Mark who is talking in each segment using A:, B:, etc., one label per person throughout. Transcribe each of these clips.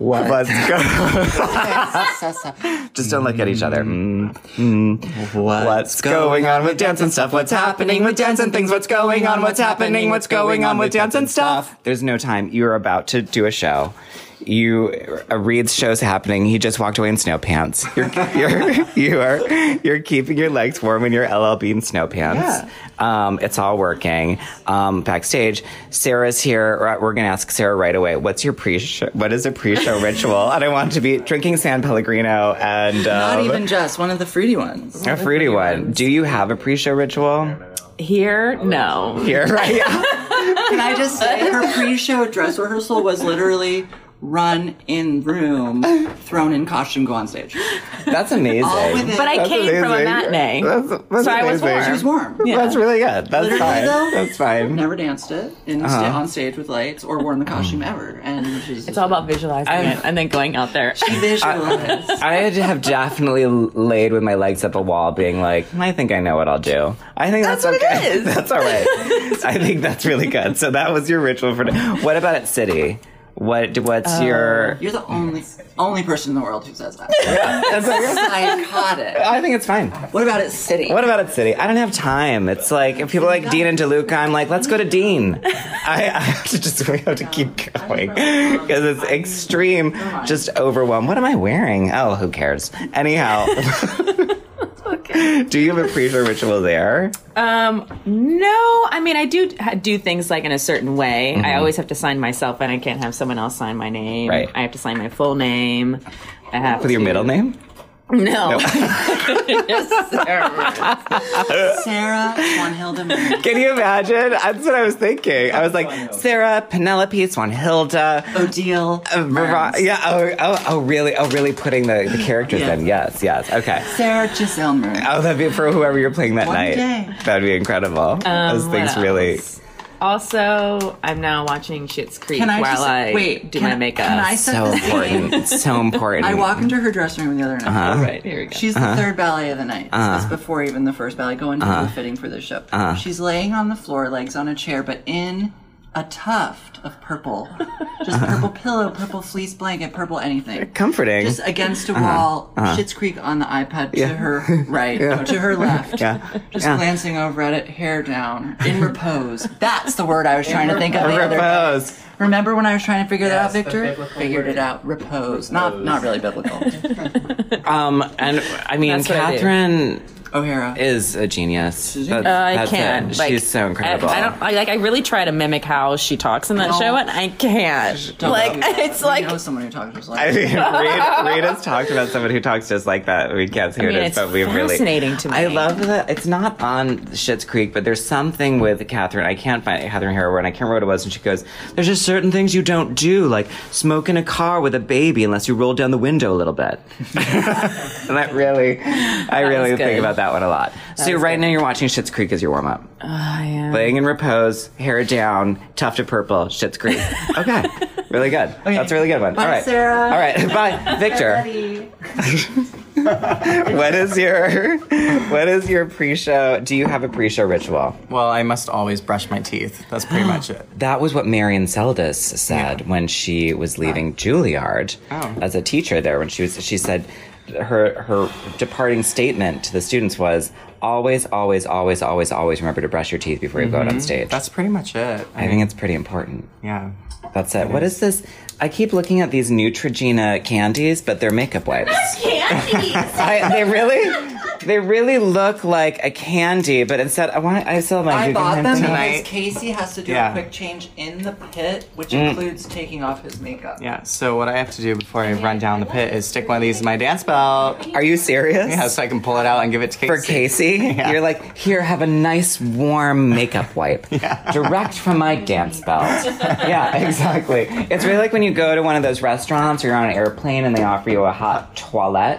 A: of us go.
B: What's
A: Just don't look at each other. Mm. What's
B: going
A: going on with dance and stuff? What's happening with dance and things? What's going on? What's happening? What's going on with dance and stuff? There's no time. You're about to do a show. You uh, Reed's show's happening. He just walked away in snow pants. You're, you're you are you're keeping your legs warm in your LL Bean snow pants. Um, it's all working. Um, backstage, Sarah's here. Right, We're gonna ask Sarah right away. What's your pre-show? What is a pre-show ritual? And I want to be drinking San Pellegrino and
B: Not
A: um,
B: even just one of the fruity ones.
A: a fruity one. Do you have a pre-show ritual
C: Here, no.
A: here? Right?
B: Can I just say her pre-show dress rehearsal was literally run in room, thrown in costume, go on stage.
A: That's amazing.
B: All within-
C: But I
A: That's
C: came from a
A: amazing.
C: matinee.
A: That's, that's
C: So I was
A: amazing.
C: warm.
B: She was warm.
C: Yeah.
A: That's really good. That's
B: Literally,
A: fine.
B: though,
A: That's fine.
B: Never danced it in sta- on stage with lights or worn the costume ever, and she's
C: It's all about visualizing it and then going out there.
B: visualized.
A: I had to have definitely laid with my legs up a wall, being like, I think I know what I'll do. I think that's,
C: That's what it
A: okay.
C: is.
A: that's all right. I think that's really good. So that was your ritual for. What about at City? What what's your?
B: You're the only only person in the world who says that.
C: Uh.
A: That's okay.
B: Psychotic.
A: I think it's fine.
B: What about it sitting?
A: What about at City? I don't have time. It's like if people like Dean and DeLuca, I'm like, let's go to Dean. I, I have to just we have to keep going because it's extreme, just overwhelmed. What am I wearing? Oh, who cares? Anyhow, do you have a pre-show ritual there?
C: Um, no, I mean I do do things like in a certain way. I always have to sign myself, and I can't have someone else sign my name.
A: Right.
C: I have to sign my full name. I have
A: With your
C: to-
A: middle name?
C: No.
B: Sarah Swan Hilda?
A: Can you imagine? That's what I was thinking. I was like, Sarah, Penelope, Swan Hilda.
B: Odile.
A: Vera-
B: Burns.
A: yeah. Oh, oh, oh, really? Oh, really? Putting the, the characters
B: Yeah.
A: in. Yes. Yes. Okay.
B: Sarah Giselle Murray.
A: Oh, that'd be for whoever you're playing that
B: One
A: night.
B: day.
A: That'd be incredible. Those
C: Um, what
A: things
C: else?
A: really.
C: also, I'm now watching Shit's Creek
B: Can I
C: while
B: just-
C: I
B: wait,
C: do
B: can
C: my
B: I-
C: makeup.
B: can I set
A: So
B: the scene?
A: important. so important.
B: I walk into her dressing room the other night.
C: All right, here we go.
B: She's the third ballet of the night. It's before even the first ballet. Going to the fitting for this show. She's laying on the floor, legs on a chair, but in a tuft of purple, just purple pillow, purple fleece blanket, purple anything.
A: Comforting.
B: Just against a wall, Schitt's Creek on the iPad to her right, to her left.
A: yeah.
B: Just glancing over at it, hair down, in repose. That's the word I was trying to think of. The other day.
A: Repose.
B: Remember when I was trying to figure that out,
D: the
B: Victor?
D: biblical
B: Figured
D: word.
B: it out. Repose. Not not really biblical.
A: Um, and I mean,
C: That's what I do.
A: Catherine
B: O'Hara.
A: is a genius. That's-
C: Uh, I
A: that's
C: can't.
A: it.
C: Like,
A: She's so incredible.
C: I, I don't I, like. I really try to mimic how she talks in that
B: No.
C: show, and I can't.
B: Don't
C: like
B: do that.
C: it's
B: We
C: like
B: know someone who talks to us
A: I
B: like
A: mean, Reed, Reed has talked about someone who talks just like that. We can't see who
C: I mean,
A: it is,
C: it's
A: but we really
C: fascinating to me.
A: I love that it's not on Schitt's Creek, but there's something with Catherine. I can't find Catherine Heroward, and I can't remember what it was. And she goes, "There's just certain things you don't do, like smoke in a car with a baby, unless you roll down the window a little bit." and that really, I really
C: was
A: think
C: good.
A: about that one a lot. so
C: was
A: right
C: good.
A: now you're watching Schitt's Creek as your warm up,
C: I am.
A: laying in repose, hair down, tuft of purple, Schitt's Creek. Okay, really good. That's a really good one. All right,
B: Sarah.
A: All right, bye, Victor. what is your what is your pre-show do you have a pre-show ritual
D: Well, I must always brush my teeth. That's pretty much it.
A: that was what marion seldes said when she was leaving juilliard
D: Oh.
A: as a teacher there when she was she said her her departing statement to the students was always always always always always remember to brush your teeth before you go out on stage
D: That's pretty much it.
A: i think it's pretty important
D: yeah.
A: that's it what is this i keep looking at these neutrogena candies but they're makeup wipes I, they really, they really look like a candy, but instead, I want. I still have my.
B: I
A: Guggenheim
B: bought them
A: tonight.
B: because
D: tonight.
B: Casey has to do a
D: Yeah.
B: quick change in the pit, which
A: Mm.
B: includes taking off his makeup.
D: Yeah. So what I have to do before I run down the pit is stick one of these in my dance belt.
A: Are you serious?
D: Yeah, so I can pull it out and give it to Casey.
A: For Casey, you're like, here, have a nice warm makeup wipe, direct from my dance belt. yeah, exactly. It's really like when you go to one of those restaurants or you're on an airplane and they offer you a hot toilette,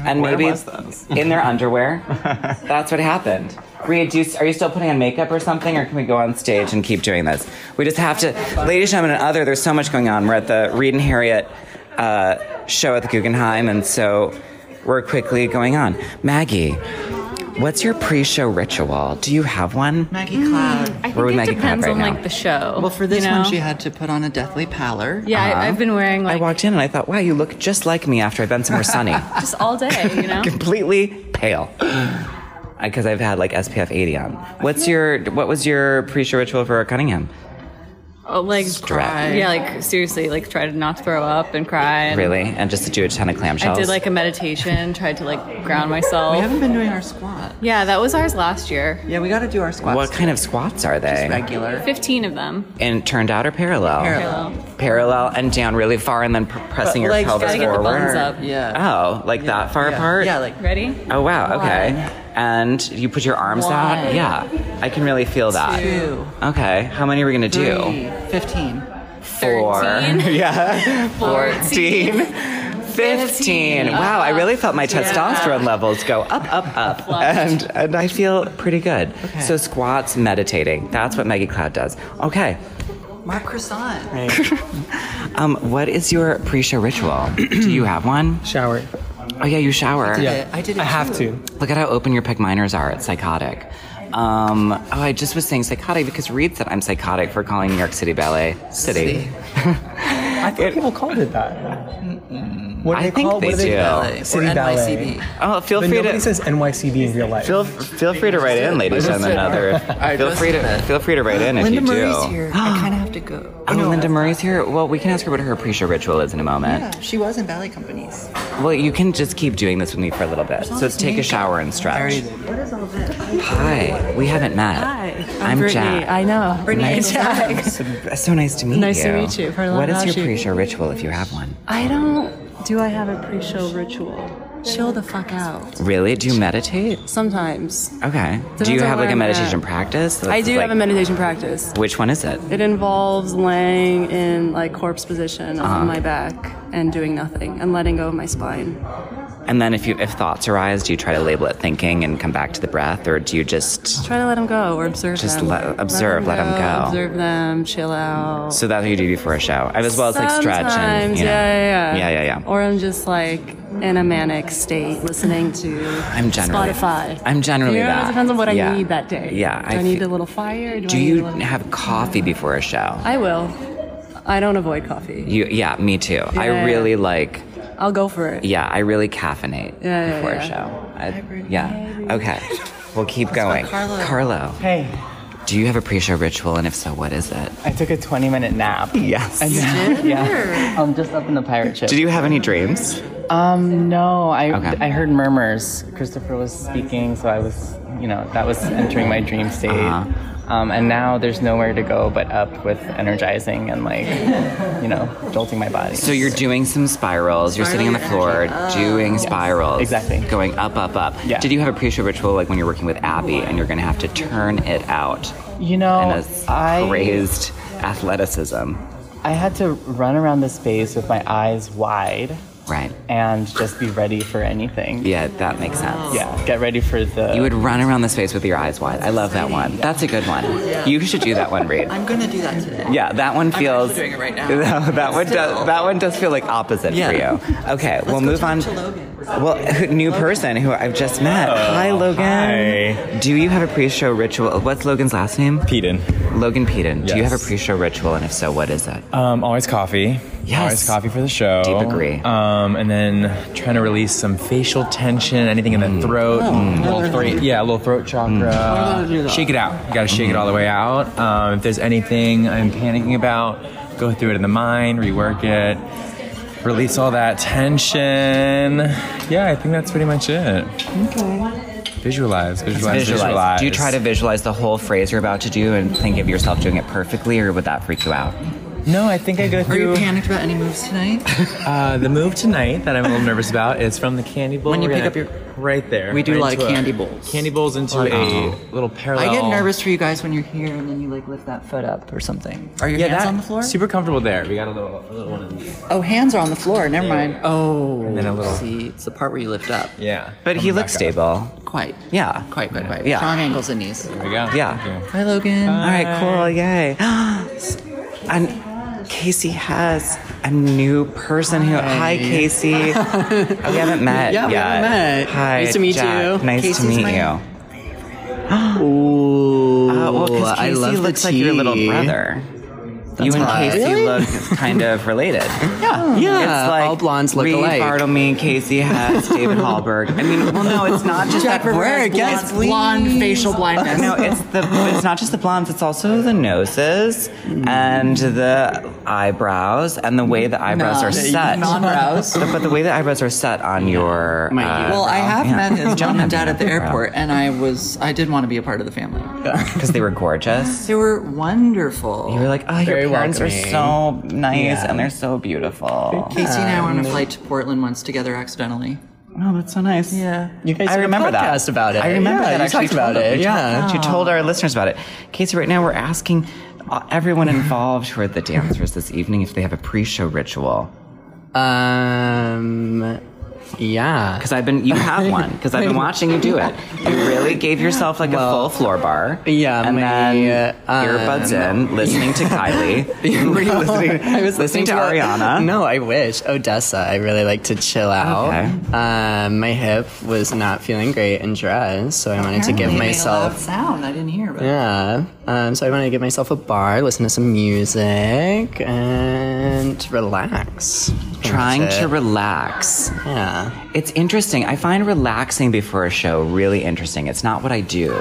A: and
D: Where
A: maybe
D: was this?
A: in their underwear. That's what happened. Reed, do you, are you still putting on makeup or something, or can we go on stage and keep doing this? We just have to, ladies, gentlemen, and other. There's so much going on. We're at the Reed and Harriet uh, show at the Guggenheim, and so we're quickly going on. Maggie, What's your pre-show ritual? Do you have one?
E: Maggie Cloud.
F: I think
A: We're with
F: it
A: Maggie Cloud
F: depends
A: right
F: on
A: now.
F: like the show.
E: Well, for this
F: Mm. you know?
E: one, she had to put on a deathly pallor.
F: yeah, I, I've been wearing
A: Uh-huh. I
F: like
A: walked in and I thought, wow, you look just like me after I've been somewhere sunny.
F: just all day. You know,
A: Completely pale. Because I've had like SPF 80 on. What's your, what was your pre-show ritual for Cunningham?
F: Oh, like
A: Strap.
F: Yeah, like seriously, like try to not throw up and cry. And
A: Really? And just to do a ton of clamshells?
F: I did like a meditation, tried to like ground myself.
E: We haven't been doing our squat.
F: yeah, that was ours last year.
E: Yeah, we got to do our squats.
A: What kind of squats are they?
E: regular?
F: Fifteen of them.
A: And turned out or parallel?
E: Parallel.
A: Parallel and down really far and then pr- pressing your
E: legs
A: pelvis
F: Gotta get the
A: forward.
F: buttons up.
E: Yeah.
A: Oh, like that far
E: yeah.
A: apart?
E: Yeah, like
F: Ready?
A: Oh wow, okay. And you put your arms out?
E: One.
A: Yeah. I can really feel that.
E: two,
A: Okay. How many are we gonna do?
E: three, 15.
A: Four.
F: Thirteen.
A: Yeah.
F: 14.
A: 15. Wow, I really felt my testosterone levels go up, up, up. And, and I feel pretty good. So, squats, meditating. That's what Maggie Cloud does. Okay.
E: Mark Croissant.
A: Um, what is your pre show ritual? Do you have one?
G: Shower.
A: Oh, yeah, you shower.
G: Yeah.
E: I did it
G: I have
E: too.
G: to.
A: Look at how open your peg minors are. It's psychotic. Um, oh, I just was saying psychotic because Reed said I'm psychotic for calling New York City Ballet City.
E: City.
G: I think people called it that. What do
A: I think
G: call-
A: they
G: what do
A: do.
E: Ballet.
G: City
E: or
G: ballet.
E: NYCB.
A: Oh, feel
G: But
A: free
G: nobody
A: to
G: says NYCB in real life.
A: feel feel free to write in, ladies and another. Feel
E: just
A: free
E: did
A: to
E: it.
A: feel free to write in if you
E: Linda
A: do.
E: Murray's here. I kind of have to go.
A: Oh, Linda Murray's here. Well, we can ask her what her pre-show ritual is in a moment.
E: Yeah, she was in ballet companies.
A: Well, you can just keep doing this with me for a little bit. So let's take a shower and stretch.
E: What is all this?
A: Hi, we haven't met.
H: Hi, I'm,
A: I'm
H: Brittany.
A: Jack.
H: I know.
A: Brittany
H: Jack.
A: So, so nice to meet
H: Nice
A: you.
H: to meet you. Pardon,
A: What is
H: how's
A: your
H: you?
A: pre-show ritual if you have one?
H: I don't. Do I have a pre-show ritual? Chill the fuck out.
A: Really? Do you meditate?
H: Sometimes
A: Okay.
H: Depends
A: do you
H: on
A: have like
H: where
A: a
H: I'm
A: meditation
H: at.
A: practice?
H: I do
A: Like,
H: have a meditation practice.
A: Which one is it?
H: It involves laying in like corpse position
A: Uh-huh.
H: on my back and doing nothing and letting go of my spine.
A: And then if you if thoughts arise, do you try to label it thinking and come back to the breath, or do you just
H: Try to let them go or observe
A: Just
H: them.
A: let- observe, let 'em go.
H: Observe them. Chill out.
A: so that's what you do before a show, as well as like stretch and
H: Sometimes,
A: you know.
H: yeah, yeah, yeah,
A: yeah, yeah, yeah.
H: Or I'm just like in a manic state, listening to
A: I'm generally-
H: Spotify.
A: I'm generally
H: you know,
A: that.
H: It depends on what
A: Oh, Yeah.
H: I need that day.
A: Yeah,
H: do
A: I
H: I, need
A: fe-
H: a little fire? Do,
A: Do
H: I need
A: you
H: a little...
A: have coffee before a show?
H: I will. I don't avoid coffee.
A: You, yeah, me too. I
H: Yeah.
A: really like.
H: I'll go for it.
A: Yeah, I really caffeinate
H: Yeah, yeah,
A: before
H: yeah.
A: a show. I, yeah. Okay. We'll keep going.
E: Carlo.
A: Carlo,
D: Hey,
A: do you have a pre-show ritual, and if so, what is it?
D: I took a 20 minute nap.
A: Yes.
D: And- yeah. Um, just up in the pirate ship.
A: Did you have any dreams?
D: Um, no, I
A: Okay.
D: I heard murmurs. Christopher was speaking, so I was, you know, that was entering my dream state.
G: Uh-huh.
D: Um, and now there's nowhere to go but up with energizing and like, you know, jolting my body.
A: So you're doing some spirals. You're sitting on the floor
E: Oh.
A: doing spirals.
D: exactly.
A: Going up, up, up.
D: Yeah.
A: Did you have a pre-show ritual like when you're working with Abby and you're going to have to turn it out
D: you know,
A: in a s-
D: Oh, I
A: crazed athleticism?
D: I had to run around the space with my eyes wide
A: Right.
D: and just be ready for anything.
A: Yeah, that makes sense.
D: Yeah, Get ready for the.
A: You would run around the space with your eyes wide. I love that one. That's a good one. You should do that one, Reid.
E: I'm going to do that today.
A: Yeah, that one feels.
E: doing it right now.
A: No, that one does.
E: Still.
A: That one does feel like opposite for
E: Yeah.
A: you. Okay, we'll move on.
E: to Logan.
A: Well, who- new person who I've just met. hi, Logan. Do you have a pre-show ritual? What's Logan's last name?
I: Peden.
A: Logan Peden. Do you have a
I: Yes.
A: pre-show ritual, and if so, what is it?
I: Um, always coffee.
A: Yes.
I: Always coffee for the show.
A: Deep agree.
I: Um, and then trying to release some facial tension, anything in the throat.
A: Oh,
I: Mm. Little throat yeah, a little throat
A: Mm.
I: chakra. Shake it out. You gotta shake it all the way out.
A: Mm-hmm.
I: Um, if there's anything I'm panicking about, go through it in the mind, rework it. Release all that tension. Yeah, I think that's pretty much it. Okay. Visualize, visualize, visualize.
A: Do you try to visualize the whole phrase you're about to do and think of yourself doing it perfectly, or would that freak you out?
I: No, I think I go
E: Are you
I: through.
E: panicked about any moves tonight?
I: Uh, the move tonight that I'm a little nervous about is from the candy bowl.
E: When you
I: We're
E: pick
I: gonna-
E: up
I: right there.
E: We do a
I: right
E: lot of
I: into
E: candy bowls. oh.
I: Candy bowls into a little parallel.
E: I get nervous for you guys when you're here and then you like lift that foot up or something. Are your
I: Yeah,
E: hands
I: that-
E: on the floor?
I: Super comfortable there. We got a little, a little one. In there.
E: oh, hands are on the floor. Never mind. Oh,
I: then a little-
E: See, it's the part where you lift up.
I: Yeah.
A: But he
I: Coming
A: looks
I: back up.
A: stable.
E: Quite.
A: Yeah.
E: Quite, quite, quite.
A: Yeah.
E: Strong ankles and knees.
I: There we go.
A: Yeah.
I: Thank you.
E: Hi, Logan.
A: All right. Cool. Yay. and Casey has a new person who. Hi, Casey. we haven't met.
G: Yeah, we
A: yet.
G: haven't met.
A: Hi,
G: Nice to meet
A: Jack.
G: you.
A: Nice
E: Casey's
A: to meet
E: my-
A: you.
G: Ooh,
E: Uh,
A: Oh, well, because Casey
G: I love the
A: looks like your little
G: tea.
A: brother. you and
G: hot.
A: Casey look kind of related.
G: Yeah, yeah. all blondes look
A: Reed
G: alike.
A: Bartlemy, Casey Hess, David Hallberg. I mean, well, no, it's not just
G: Jack
A: that River
G: Berg,
A: has
G: yes,
A: blonde
F: blonde facial blindness.
A: No, it's the it's not just the blondes. It's also the noses
G: Hmm.
A: and the eyebrows and the way the eyebrows are set.
E: non-brows.
A: But the way the eyebrows are set on your
E: well, I have
A: yeah.
E: met his mom and dad at the
A: Eyebrow.
E: airport, and I was I did want to be a part of the family.
A: because uh, they were gorgeous.
E: They were wonderful.
A: You were like, oh, your
D: Very
A: parents are
D: welcoming.
A: so nice and they're so beautiful.
E: Casey and I were on a flight to Portland once together accidentally.
A: Oh, that's so nice.
E: Yeah.
G: You guys
A: I
G: did a
A: remember that.
G: podcast about it.
A: I remember
G: Yeah,
A: that.
G: you
A: actually
G: talked about
A: told them-
G: it.
A: you
G: Yeah.
A: told- you told our listeners about it. Casey, right now we're asking uh, everyone involved who are the dancers this evening if they have a pre-show ritual.
G: Um, yeah.
A: Because I've been, you have one. Because I've been watching you do it. You really gave yourself like a full floor bar.
G: yeah,
A: and
G: my,
A: then
G: uh,
A: earbuds in, listening to Kylie. Were you um, listening?
G: I was listening,
A: to
G: a-
A: Ariana.
G: No, I wish Odessa. I really like to chill out.
A: Okay.
G: Um, my hip was not feeling great in dress, so I wanted to give
E: Apparently they made a
G: myself
E: loud sound. I didn't hear, but
G: Yeah. Um, so I want to give myself a bar, listen to some music, and relax.
A: Trying
G: That's it.
A: to relax.
G: Yeah.
A: It's interesting. I find relaxing before a show really interesting. It's not what I do.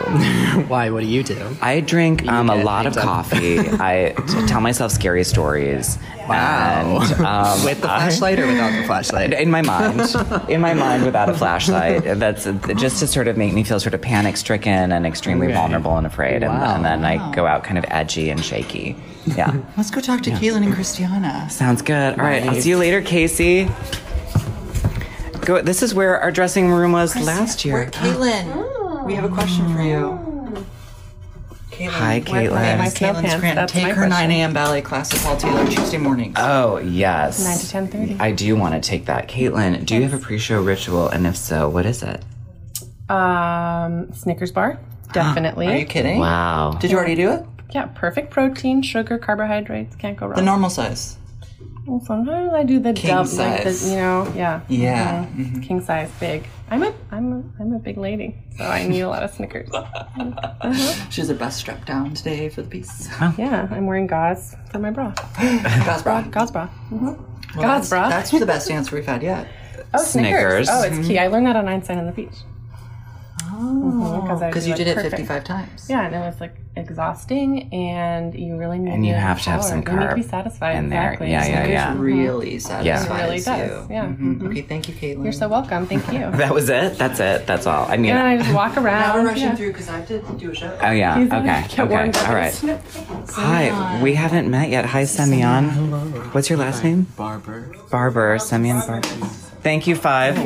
G: Why? What do you do?
A: I drink um, a
G: get
A: lot of
G: hyped up.
A: coffee. I t- tell myself scary stories.
G: Wow.
A: And, um,
G: with the flashlight or without the flashlight?
A: in my mind, in my mind, without a flashlight, that's just to sort of make me feel sort of panic stricken and extremely vulnerable and afraid, and,
G: Wow.
A: and then I go out kind of edgy and shaky. Yeah,
E: let's go talk to Caitlin and Christiana.
A: sounds good. All right, I'll see you later, Casey. Go. This is where our dressing room was last year.
E: Where-
J: Oh.
E: Caitlin, we have a question for you. Caitlin,
A: Hi,
E: why- why am I
A: Caitlin.
E: Caitlin's
F: snow pants?
E: Grant
F: That's
E: take
F: my
E: her 9 a.m. ballet class at Paul Taylor Tuesday mornings.
A: Oh yes,
J: Nine to ten thirty.
A: I do want to take that, Caitlin. Do you have a pre-show ritual, and if so, what is it?
J: Um, Snickers bar, definitely.
E: Are you kidding?
A: Wow.
E: Did you already do it?
J: yeah, perfect protein, sugar, carbohydrates, can't go wrong.
A: Oh.
E: The normal size.
J: Well, sometimes I do the
E: King
J: dump, like the,
E: size.
J: you know, yeah,
E: Yeah.
J: Mhm. king size, big. I'm a, I'm a, I'm a big lady, so I need a lot of Snickers.
E: She has her best strap down today for the piece.
J: Yeah, I'm wearing gauze for my bra,
E: God's bra.
J: gauze bra.
E: Well, that's-
J: God's bra.
E: That's the best answer we've had yet.
J: Oh, Snickers.
A: Snickers.
J: Oh, it's key. I learned that on Einstein on the beach. Oh,
E: Because you did it 55 times.
J: Yeah, and it was like exhausting, and you really need.
A: And you
J: to
A: have to have
J: power.
A: some
J: You need to be
A: carb
J: satisfied.
A: in there.
J: Exactly.
A: Yeah, yeah,
J: Snickers
A: yeah.
E: Really satisfies
J: really does.
E: you.
J: Yeah.
A: Mm-hmm.
J: Mm-hmm.
E: Mhm. Okay, thank you, Caitlin.
J: You're so welcome. Thank you.
A: That was it. That's it. That's all. I mean.
J: And I just walk around.
E: Now we're rushing
J: yeah.
E: through because I have to do a show.
A: Oh yeah.
J: He's gonna
A: Okay.
J: get warmed
A: Okay.
J: up
A: All
J: in a
A: right.
J: snip.
A: Hi. We haven't met yet. Hi, Semyon. What's your last name?
G: Barber.
A: Barber. Semyon Barber. Thank you, Five.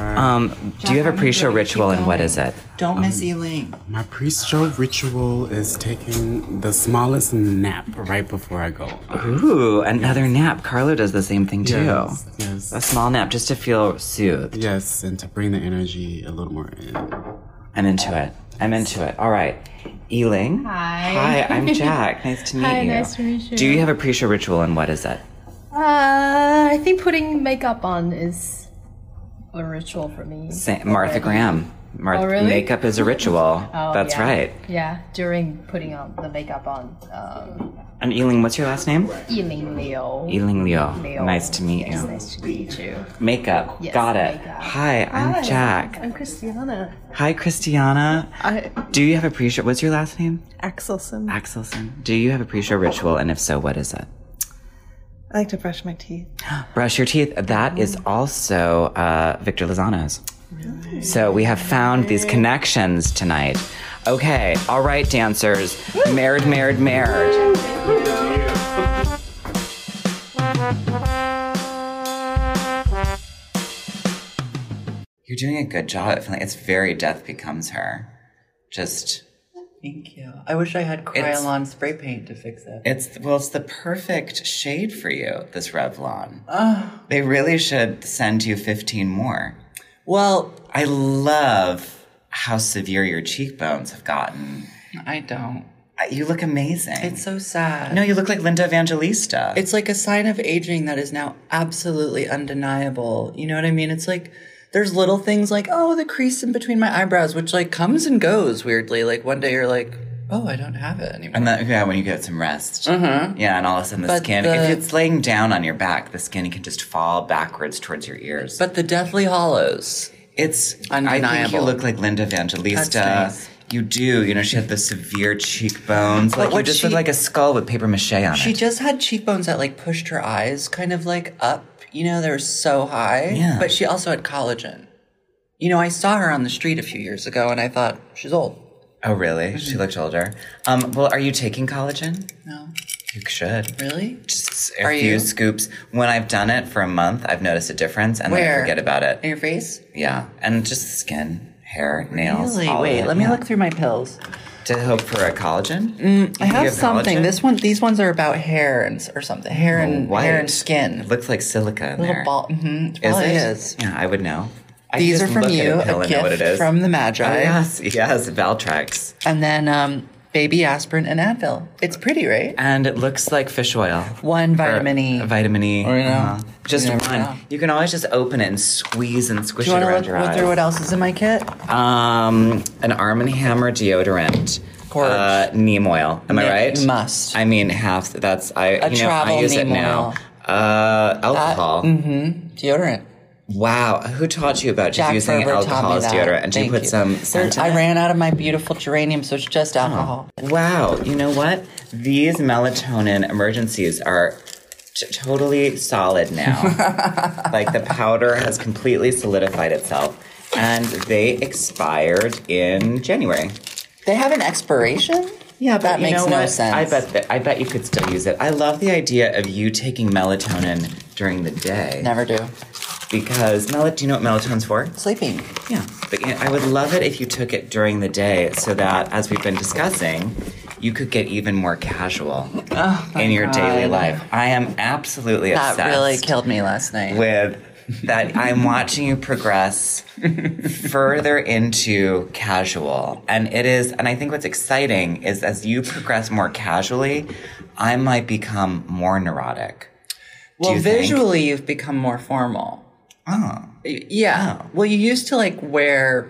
A: Um, do you have a pre-show ritual, and what is it?
E: Don't miss
A: um,
E: Elaine.
K: My pre-show ritual is taking the smallest nap right before I go.
A: Ooh, another nap. Carlo does the same thing too.
K: Yes, yes.
A: A small nap just to feel soothed.
K: Yes, and to bring the energy a little more in.
A: I'm into it. I'm into it. All right. Ealing. Hi. Hi, I'm Jack. Nice to meet
J: Hi,
A: you.
J: nice to meet you.
A: Do you have a pre show ritual and what is it?
J: Uh, I think putting makeup on is a ritual for me.
A: Sa- Martha Graham. Martha,
J: Oh, really? Oh,
A: Makeup is a ritual. That's
J: yeah.
A: right.
J: Yeah, during putting on the makeup on, um,
A: And Ealing, what's your last name?
J: Yiling Liu.
A: Ealing Leo.
J: Leo.
A: Nice to meet
J: Yes,
A: you.
J: nice to meet you.
A: Makeup.
J: Yes,
A: Got it.
J: makeup.
A: Hi, I'm
J: Hi,
A: Jack.
J: I'm Christiana.
A: Hi, Christiana.
J: I,
A: Do you have a pre show? What's your last name?
J: Axelson.
A: Axelson. Do you have a pre show ritual? And if so, what is it?
J: I like to brush my teeth. Mm.
A: Brush your teeth. That is also uh, Victor Lozano's. So we have found these connections tonight. Okay, all right, dancers. Married, married, married. You're doing a good job. at feeling- It's very Death Becomes Her. Just,
E: Thank you. I wish I had
A: It's-
E: Krylon spray paint to fix that.
A: it's, well, it's the perfect shade for you, this Revlon. They really should send you 15 more.
E: Well,
A: I love how severe your cheekbones have gotten. Uh,
E: I don't.
A: You look amazing.
B: It's so sad.
A: No, you look like Linda Evangelista.
B: It's like a sign of aging that is now absolutely undeniable. You know what I mean? It's like there's little things like, oh, the crease in between my eyebrows, which like comes and goes weirdly. Like one day you're like, oh, I don't have it anymore.
A: And then, yeah, when you get some rest,
B: Uh-huh.
A: yeah, and all of a sudden the
B: But
A: skin,
B: the-
A: if it's laying down on your back, the skin can just fall backwards towards your ears.
B: But the Deathly Hollows,
A: it's I think you
B: undeniable.
A: look like Linda Evangelista.
B: That's nice.
A: You do. You know, she had the severe cheekbones.
B: But
A: Like you
B: what
A: just
B: she-
A: look like a skull with paper mache on
B: She
A: it.
B: just had cheekbones that like pushed her eyes kind of like up. You know, they were so high.
A: Yeah.
B: But she also had collagen. You know, I saw her on the street a few years ago and I thought, she's old.
A: Oh, really?
B: Mm-hmm.
A: She looked older. Um, well, are you taking collagen?
B: No.
A: You should.
B: Really?
A: Just a
B: Are
A: few
B: you?
A: scoops. When I've done it for a month, I've noticed a difference, and then I
B: Where?
A: forget about it.
B: On your face?
A: Yeah, and just skin, hair, nails.
B: Really?
A: all of
B: Wait,
A: it,
B: let me
A: yeah.
B: look through my pills.
A: To hope for a collagen.
B: Mm, I
A: You
B: have
A: have
B: something.
A: collagen?
B: This one, these ones are about hair and s- or something. Hair and
A: White.
B: hair and skin.
A: It looks like silica in
B: Little
A: there.
B: ball. hmm
A: Is
B: probably
A: it?
B: is.
A: Yeah, I would know. I
B: These
A: just
B: are from
A: look at
B: you,
A: a, pill
B: a
A: and know what it
B: gift
A: is.
B: from the Magi.
A: Oh, yes, yes, Valtrex.
B: And then um, baby aspirin and Advil. It's pretty, right?
A: And it looks like fish oil.
B: One vitamin E.
A: Or Vitamin E.
B: Or, you know,
A: Uh-huh. Just
B: you never
A: one.
B: know.
A: You can always just open it and squeeze and squish
B: Do you
A: it
B: want to
A: around
B: look,
A: your
B: look
A: eyes.
B: through what else is in my kit?
A: Um, an Arm and Hammer deodorant. Uh, neem oil. Am I
B: Ni-
A: right?
B: must.
A: I mean, half. That's I.
B: A
A: you know, I
B: travel
A: use it
B: neem
A: now.
B: oil.
A: Uh, alcohol.
B: Mm-hmm. Deodorant.
A: Wow, who taught you about just
B: Jack
A: using
B: Ferber taught
A: alcohol
B: me
A: as
B: that.
A: deodorant? And she
B: Thank
A: put
B: you.
A: some
B: There-
A: scent in
B: I
A: it? Oh.
B: ran out of my beautiful geranium, so it's just alcohol.
A: Wow, you know what? These melatonin emergencies are t- totally solid now. like the powder has completely solidified itself, and they expired in January.
B: They have an expiration. Yeah, that
A: You
B: makes
A: know
B: no
A: what?
B: sense.
A: I bet that I bet you could still use it. I love the idea of you taking melatonin during the day.
B: Never do.
A: Because mel- do you know what melatonin's for?
B: Sleeping.
A: Yeah, but you know, I would love it if you took it during the day, so that as we've been discussing, you could get even more casual
B: Oh, my
A: in your
B: God.
A: daily life. I am absolutely
B: That
A: obsessed
B: really killed me last night.
A: with that. I'm watching you progress further into casual, and it is. And I think what's exciting is as you progress more casually, I might become more neurotic.
B: Well,
A: you think?
B: visually, you've become more formal.
A: Oh,
B: Y- Yeah. Well, you used to like wear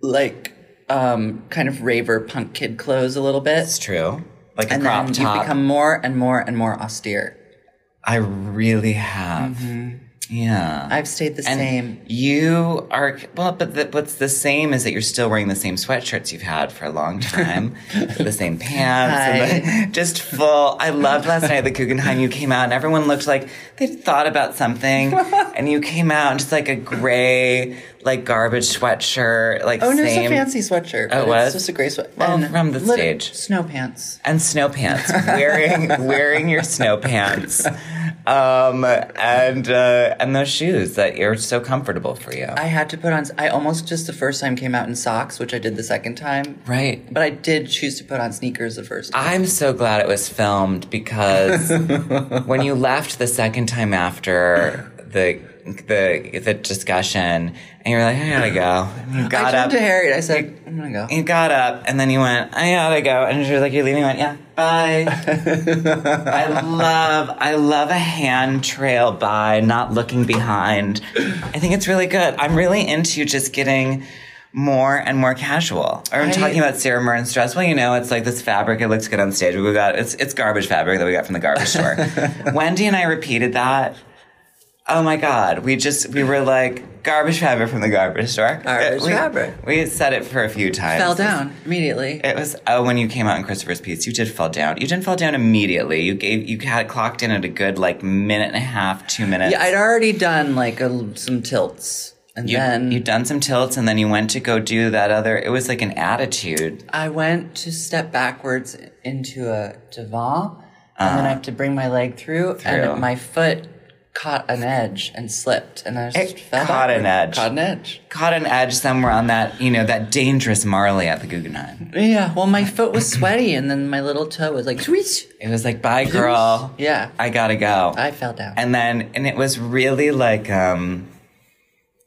B: like um, kind of raver punk kid clothes a little bit. It's
A: true. Like a
B: and
A: crop
B: then
A: top.
B: you become more and more and more austere.
A: I really have.
B: Mm-hmm.
A: Yeah.
B: I've stayed the
A: And
B: same.
A: You are well, but the, what's the same is that you're still wearing the same sweatshirts you've had for a long time, the same pants, and the, just full. I loved last night at the Guggenheim. You came out and everyone looked like they'd thought about something, and you came out in just like a gray, like garbage sweatshirt, like
B: oh no, it's a
A: same-
B: fancy sweatshirt. but
A: Oh, it was?
B: It's just a gray sweatshirt.
A: Well, from the stage.
B: snow pants.
A: and snow pants, wearing wearing your snow pants, um, and uh, and those shoes that are so comfortable for you.
B: I had to put on. I almost just the first time came out in socks, which I did the second time.
A: Right.
B: But I did choose to put on sneakers the first time.
A: I'm so glad it was filmed because when you left the second time after the the the discussion, and you're like, I gotta go. And you got
B: I turned
A: up.
B: to Harry and I said, "I'm gonna go."
A: You got up, and then you went, I gotta go. And she was like, You're leaving? I went, Yeah, bye. I love, I love a hand trail by, not looking behind. I think it's really good. I'm really into just getting more and more casual. Or I'm
B: I-
A: talking about Sarah Mern's dress. Well, you know, it's like this fabric, it looks good on stage. We got it's it's garbage fabric that we got from the garbage store. Wendy and I repeated that. Oh my god, we just we were like garbage fabric from the garbage store.
B: Garbage
A: We-
B: fabric.
A: We said it for a few times.
B: Fell down immediately.
A: It was oh when you came out in Christopher's piece, you did fall down. You didn't fall down immediately. You gave you had clocked in at a good like minute and a half, two minutes.
B: Yeah, I'd already done like a, some tilts, and
A: you,
B: then
A: you'd done some tilts, and then you went to go do that other. It was like an attitude.
B: I went to step backwards into a divan, and then I have to bring my leg through,
A: Ah. Through.
B: and my foot caught an edge and slipped, and I just fell
A: Caught an
B: backward.
A: edge.
B: Caught an edge.
A: Caught an edge somewhere on that you know that dangerous Marley at the Guggenheim.
B: Yeah. Well, my foot was sweaty, and then my little toe was like sweet.
A: It was like bye girl,
B: Yeah,
A: I gotta go.
B: I fell down.
A: and then and it was really like um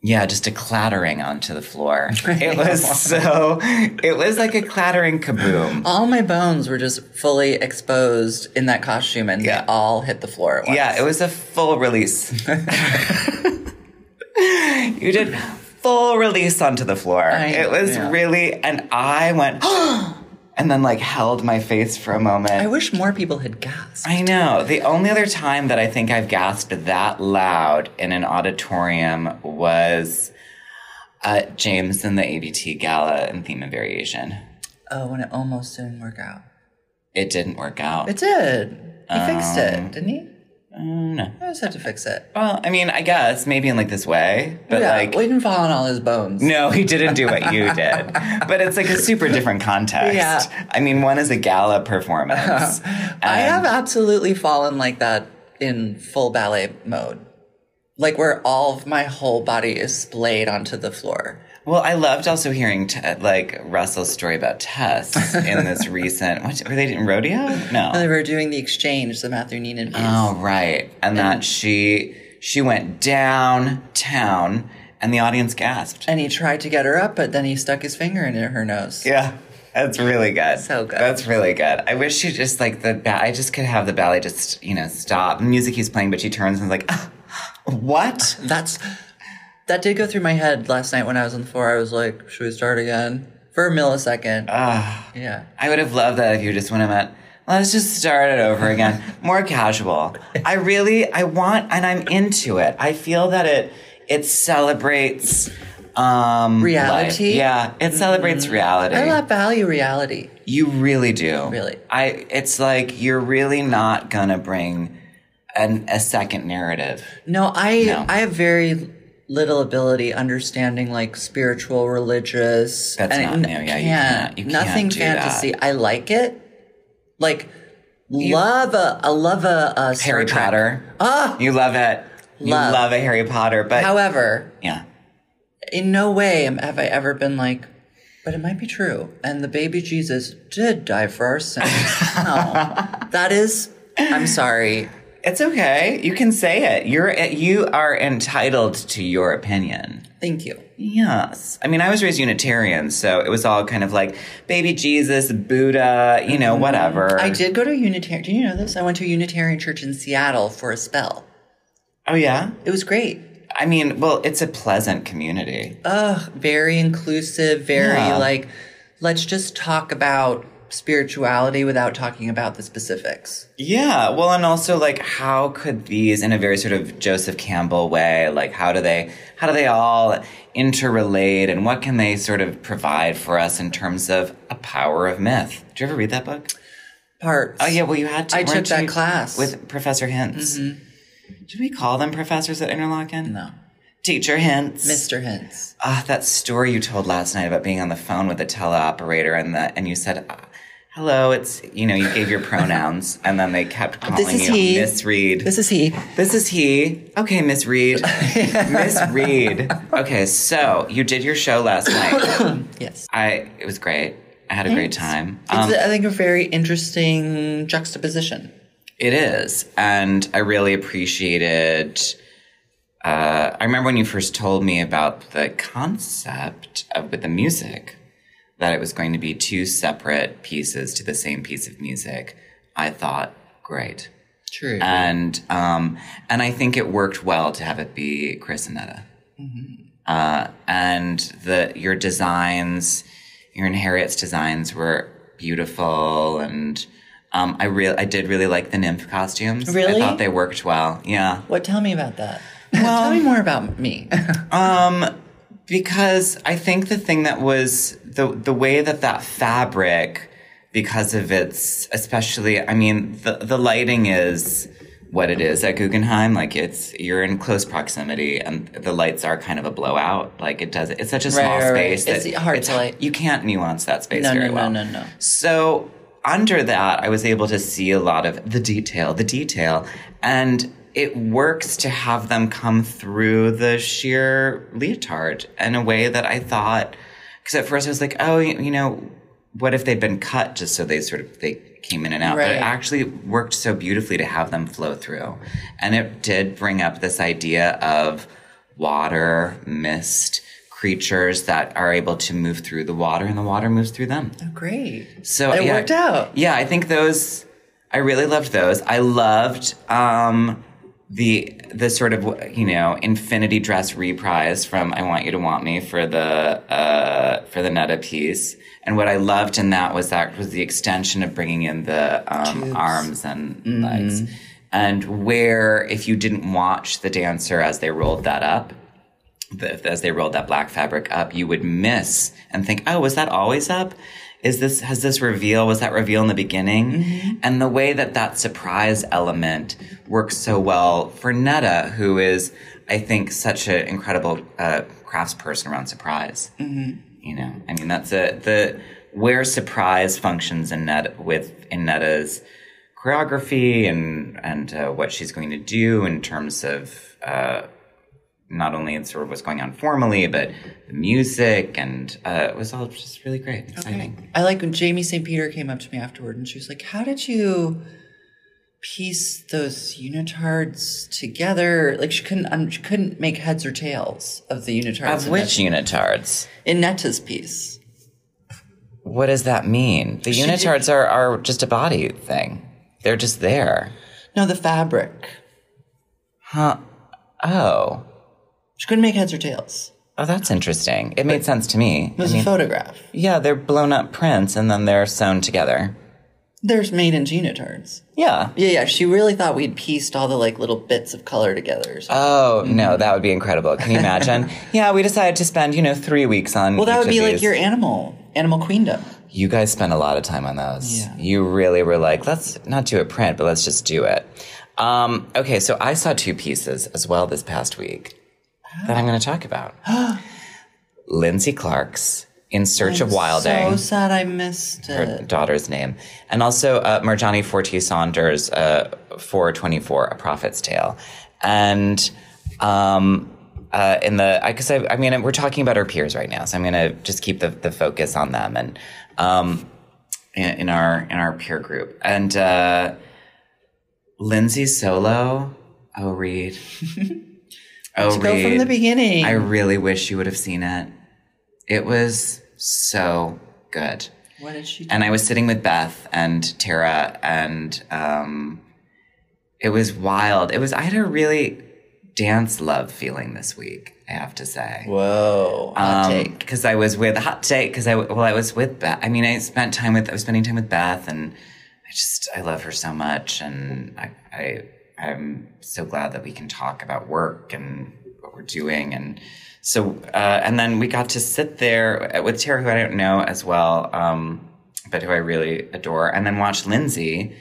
A: yeah, just a clattering onto the floor. It was so, it was like a clattering kaboom.
B: All my bones were just fully exposed in that costume, and they all hit the floor. At once.
A: Yeah, it was a full release. you did full release onto the floor.
B: I-
A: it was
B: yeah.
A: really, and I went, and then like held my face for a moment.
B: I wish more people had gasped.
A: I know. The only other time that I think I've gasped that loud in an auditorium was at James and the ABT Gala and Theme and Variation.
B: Oh, and it almost didn't work out.
A: It didn't work out.
B: It did. He fixed
A: Um,
B: it, didn't he?
A: no.
B: I just had to fix it.
A: Mm. Well, I mean, I guess maybe in like this way, but
B: yeah,
A: like
B: we didn't fall on all his bones.
A: No, he didn't do what you did. But it's like a super different context.
B: Yeah.
A: I mean, one is a gala performance.
B: I have absolutely fallen like that in full ballet mode. Like where all of my whole body is splayed onto the floor.
A: Well, I loved also hearing Te- like Russell's story about Tess in this recent. What were they in rodeo?
B: And
A: No.
B: they were doing the exchange, the Matthew Neenan piece.
A: Oh right, and that she she went downtown, and the audience gasped.
B: And he tried to get her up, but then he stuck his finger in her nose.
A: Yeah. That's really good.
B: So good.
A: That's really good. I wish she just like the ba- I just could have the ballet just you know stop the music he's playing, but she turns and is like, "Ah, what?
B: That's that did go through my head last night when I was on the floor. I was like, should we start again? For a millisecond.
A: Ah.
B: yeah.
A: I would have loved that if you just went and went, let's just start it over again. More casual. I really, I want, and I'm into it. I feel that it, it celebrates, um, life.
B: Reality? Mm-hmm.
A: Yeah. It celebrates reality.
B: I love value reality.
A: You really do.
B: Really.
A: I, it's like, you're really not gonna bring an, a second narrative.
B: No, I
A: No.
B: I have very little ability understanding like spiritual, religious.
A: That's
B: and
A: not
B: I
A: new. Yeah, you can't- you can't
B: nothing
A: do that.
B: fantasy. I like it. Like love a I love a, a Star
A: Harry
B: Trek.
A: Potter. Ah! You love it. You
B: Love.
A: love a Harry Potter, but
B: However,
A: yeah.
B: in no way am- have I ever been like, but it might be true. And the baby Jesus did die for our sins. no, that is. I'm sorry.
A: It's okay. You can say it. You're you are entitled to your opinion.
B: Thank you.
A: Yes. I mean, I was raised Unitarian, so it was all kind of like baby Jesus, Buddha, you know, whatever.
B: Mm-hmm. I did go to a Unitarian. Do you know this? I went to a Unitarian church in Seattle for a spell.
A: Oh yeah.
B: It was great.
A: I mean, well, it's a pleasant community.
B: Ugh, very inclusive, very
A: Yeah.
B: like, let's just talk about spirituality without talking about the specifics.
A: Yeah. Well, and also like how could these in a very sort of Joseph Campbell way, like how do they how do they all interrelate and what can they sort of provide for us in terms of a power of myth? Did you ever read that book?
B: Parts.
A: Oh yeah, well you had to.
B: I took
A: weren't
B: that
A: you-
B: class. Mm-hmm.
A: with Professor Hints. Did we call them professors at Interlochen?
B: No.
A: Teacher Hints.
B: Mr. Hints.
A: Ah, that story you told last night about being on the phone with the teleoperator and the and you said, ah, "Hello, it's you know you gave your pronouns and then they kept calling
B: is
A: you
B: he.
A: Miss Reed.
B: This is he.
A: This is he. Okay, Miss Reed. Miss Reed. Okay, so you did your show last night.
B: Yes.
A: I it was great. I had a great time. Um,
B: it's, I think, a very interesting juxtaposition.
A: It is. And I really appreciated. Uh, I remember when you first told me about the concept of with the music, that it was going to be two separate pieces to the same piece of music. I thought, great.
B: True.
A: And um, and I think it worked well to have it be Chris and Netta. Uh, and the your designs, your and Harriet's designs were beautiful, and um, I real I did really like the nymph costumes. I
B: Really?
A: thought they worked well. Yeah,
B: what? Tell me about that. tell me more about me.
A: because I think the thing that was the the way that that fabric, because of its especially, I mean, the the lighting is what it is at Guggenheim. Like it's you're in close proximity, and the lights are kind of a blowout. Like it does. It's such a small
B: right, right.
A: space
B: It's
A: that
B: hard to light.
A: You can't nuance that space
B: No, no,
A: very
B: no,
A: well.
B: no, no.
A: So under that, I was able to see a lot of the detail, the detail, and it works to have them come through the sheer leotard in a way that I thought. Because at first I was like, oh, you, you know, what if they'd been cut just so they sort of they came in and out? But it
B: Right.
A: actually worked so beautifully to have them flow through, and it did bring up this idea of water, mist, creatures that are able to move through the water and the water moves through them.
E: Great.
A: So
E: it
A: yeah,
E: worked out.
A: Yeah, I think those. I really loved those. I loved um, the the sort of you know infinity dress reprise from "I Want You to Want Me" for the uh, for the Netta piece. And what I loved in that was that was the extension of bringing in the um, arms and
E: Mm-hmm.
A: legs, and where if you didn't watch the dancer as they rolled that up, the, as they rolled that black fabric up, you would miss and think, "Oh, was that always up? Is this has this reveal? Was that reveal in the beginning?" And the way that that surprise element works so well for Netta, who is, I think, such an incredible uh, craftsperson around surprise. You know, I mean, that's a the where surprise functions in Netta with in Netta's choreography and and uh, what she's going to do in terms of. Uh, not only in sort of what's going on formally, but the music, and uh, it was all just really great, exciting.
E: I like when Jamie St. Peter came up to me afterward and she was like, How did you piece those unitards together? Like she couldn't um, she couldn't make heads or tails of the unitards.
A: Of
E: in
A: which
E: Net-
A: unitards?
E: in Netta's piece.
A: What does that mean? The
E: She did-
A: unitards are, are just a body thing. They're just there.
E: No, the fabric.
A: Huh? Oh.
E: She couldn't make heads or tails.
A: Oh, that's interesting. It made sense to me.
E: It was
A: I mean,
E: a photograph.
A: yeah, they're blown up prints and then they're sewn together.
E: There's made in unitards.
A: Yeah.
E: Yeah, yeah. She really thought we'd pieced all the like little bits of color together. So.
A: Oh, no, that would be incredible. Can you imagine? yeah, we decided to spend, you know, three weeks on.
E: well, that
A: each
E: would
A: of
E: be like
A: these.
E: your animal, animal queendom.
A: You guys spent a lot of time on those. You really were like, let's not do a print, but let's just do it. Um, okay, so I saw two pieces as well this past week that I'm going to talk about. Lindsay Clark's In Search of Wilding
E: So sad I missed
A: her
E: it.
A: daughter's name, and also uh, Marjani Forte Saunders, uh, 424, A Prophet's Tale. And um, uh, in the, because I, 'cause I, I mean, we're talking about our peers right now, so I'm going to just keep the, the focus on them and um, in, in our in our peer group. And uh, Lindsay Solo, oh, Reed. oh,
E: To go from
A: Reed.
E: the beginning.
A: I really wish you would have seen it. It was so good.
E: What did she do?
A: And I was sitting with Beth and Tara, and um, it was wild. It was I had a really dance love feeling this week. I have to say.
E: Whoa. Hot take.
A: Because I was with hot take. Because I well, I was with Beth. I mean, I spent time with. I was spending time with Beth, and I just I love her so much, and I, I I'm so glad that we can talk about work and what we're doing, and so uh, and then we got to sit there with Tara, who I don't know as well, um, but who I really adore, and then watch Lindsay.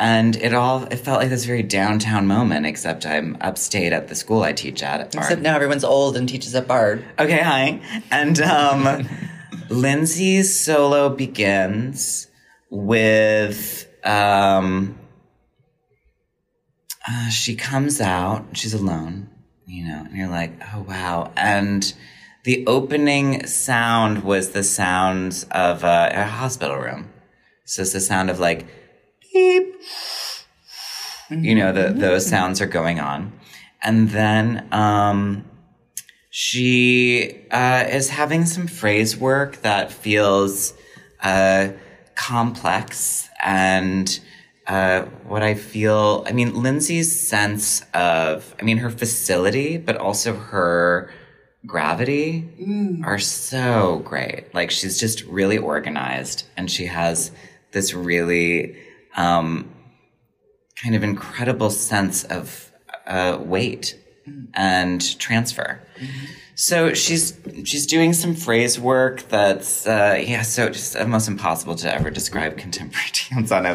A: And it all it felt like this very downtown moment, except I'm upstate at the school I teach at. at Barnes.
E: Except now everyone's old and teaches at Bard.
A: Okay, hi. And um, Lindsay's solo begins with um, uh, she comes out, she's alone, you know, and you're like, oh, wow. And the opening sound was the sounds of uh, a hospital room. So it's the sound of like, beep, you know, the, those sounds are going on. And then, um, she uh, is having some phrase work that feels uh, complex and uh, what I feel. I mean, Lindsay's sense of, I mean, her facility, but also her gravity are so great. Like, she's just really organized and she has this really um, kind of incredible sense of uh, weight and transfer. So she's she's doing some phrase work that's uh, yeah so just almost impossible to ever describe contemporary dance on a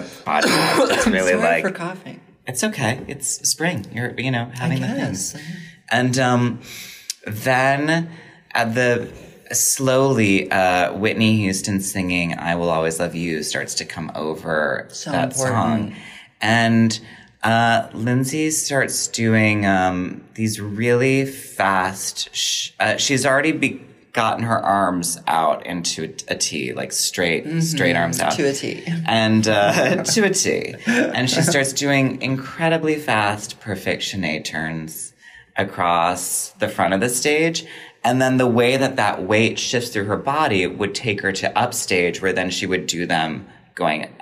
A: podcast. It's really
E: Sorry
A: like
E: for coughing.
A: it's okay. It's spring. You're you know having the
E: guess.
A: things, and um, then at the slowly uh, Whitney Houston singing "I Will Always Love You" starts to come over
E: So
A: that
E: important.
A: song, and uh, Lindsay starts doing um, these really fast. Sh- uh, she's already be- gotten her arms out into a T, like straight, straight arms out
E: Mm-hmm. To a T.
A: and uh, to a T. And she starts doing incredibly fast perfection A turns across the front of the stage. And then the way that that weight shifts through her body would take her to upstage, where then she would do them going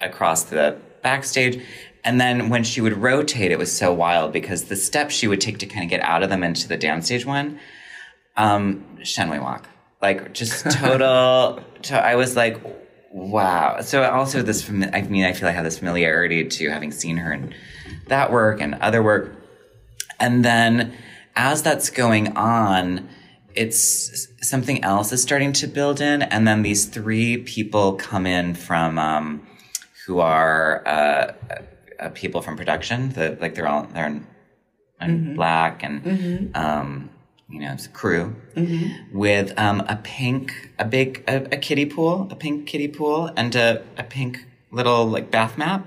A: across the backstage. And then when she would rotate, it was so wild because the steps she would take to kind of get out of them into the downstage one, um, Shenway walk. Like just total. to, I was like, wow. So also this. fami- I mean, I feel I have this familiarity to having seen her in that work and other work. And then as that's going on, it's something else is starting to build in. And then these three people come in from um, who are uh, uh, people from production. The, like they're all they're in, in
L: Mhm.
A: black and
L: Mhm.
A: um, you know it's a crew with um, a pink, a big, a, a kiddie pool, a pink kiddie pool, and a, a pink little like bath map.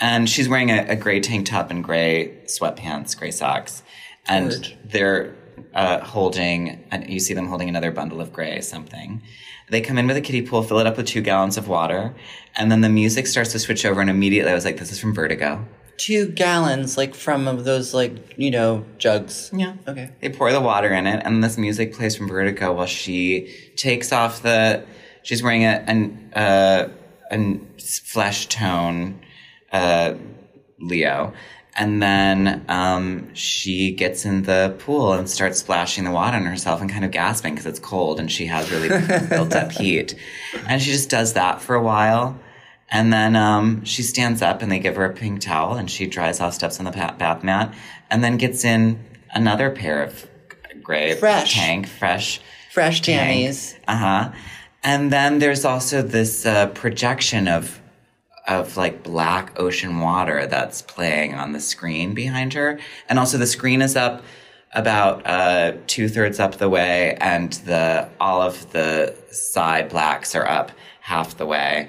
A: And she's wearing a, a gray tank top and gray sweatpants, gray socks, and
L: Gorge.
A: they're uh, holding. And you see them holding another bundle of gray something. They come in with a kiddie pool, fill it up with two gallons of water, and then the music starts to switch over. And immediately, I was like, "This is from Vertigo."
B: Two gallons, like from of those, like you know, jugs.
A: Yeah.
B: Okay.
A: They pour the water in it, and this music plays from Vertigo while she takes off the. She's wearing a an uh, a flesh tone uh, Leo, and then um, she gets in the pool and starts splashing the water on herself and kind of gasping because it's cold and she has really built up heat, and she just does that for a while. And then um, she stands up and they give her a pink towel and she dries off steps on the pa- bath mat and then gets in another pair of gray
B: Fresh.
A: tank, fresh,
B: Fresh
A: tank.
B: jammies.
A: Uh huh. And then there's also this uh, projection of of like black ocean water that's playing on the screen behind her, and also the screen is up about uh, two thirds up the way, and the all of the side blacks are up half the way.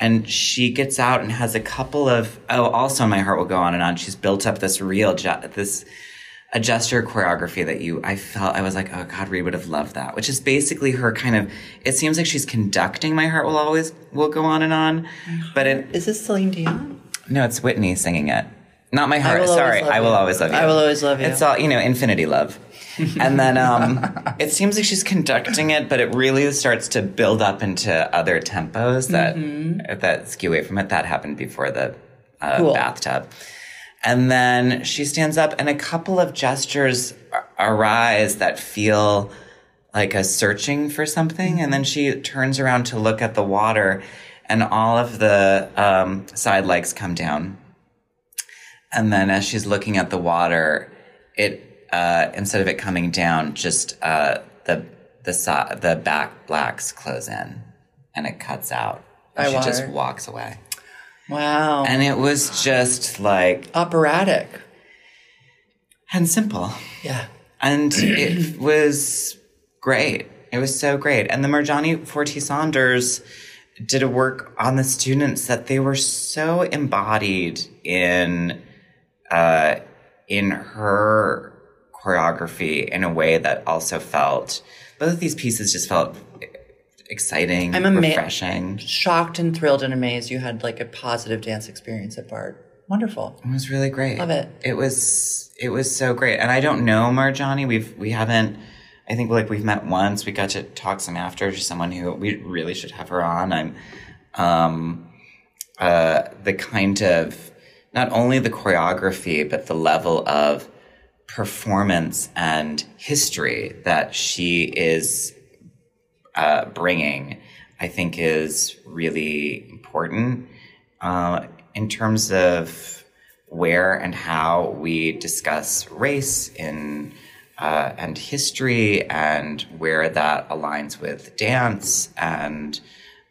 A: And she gets out and has a couple of oh, also my heart will go on and on. She's built up this real ju- this a gesture choreography that you I felt I was like, oh God, Reed would have loved that. Which is basically her kind of it seems like she's conducting My Heart Will Always Will Go On and On. But it
B: Is this Celine Dion?
A: No, it's Whitney singing it. Not my
B: I
A: heart.
B: Will Always
A: Sorry,
B: Love
A: I will
B: You.
A: always love you.
B: I Will Always Love You.
A: It's all you know, infinity love. and then um, it seems like she's conducting it, but it really starts to build up into other tempos that that skew away from it. That happened before the uh,
B: Mm-hmm. Cool.
A: bathtub. And then she stands up, and a couple of gestures a- arise that feel like a searching for something. And then
B: Mm-hmm.
A: she turns around to look at the water, and all of the um, side legs come down. And then as she's looking at the water, it uh, instead of it coming down, just uh, the the so- the back blacks close in, and it cuts out. And
B: By
A: she just
B: water.
A: walks away.
B: Wow.
A: And it was just like
B: operatic
A: and simple.
B: Yeah.
A: And it was great. It was so great. And the Marjani Forti Saunders did a work on the students that they were so embodied in uh, in her choreography in a way that also felt both of these pieces just felt exciting,
B: I'm ama-
A: refreshing.
B: Shocked and thrilled and amazed you had like a positive dance experience at Bard. Wonderful.
A: It was really great.
B: Love it.
A: It was it was so great. And I don't know Marjani. We've we haven't I think like we've met once. We got to talk some after. She's someone who we really should have her on. I'm um uh the kind of not only the choreography, but the level of performance and history that she is uh, bringing, I think, is really important uh, in terms of where and how we discuss race in uh, and history and where that aligns with dance and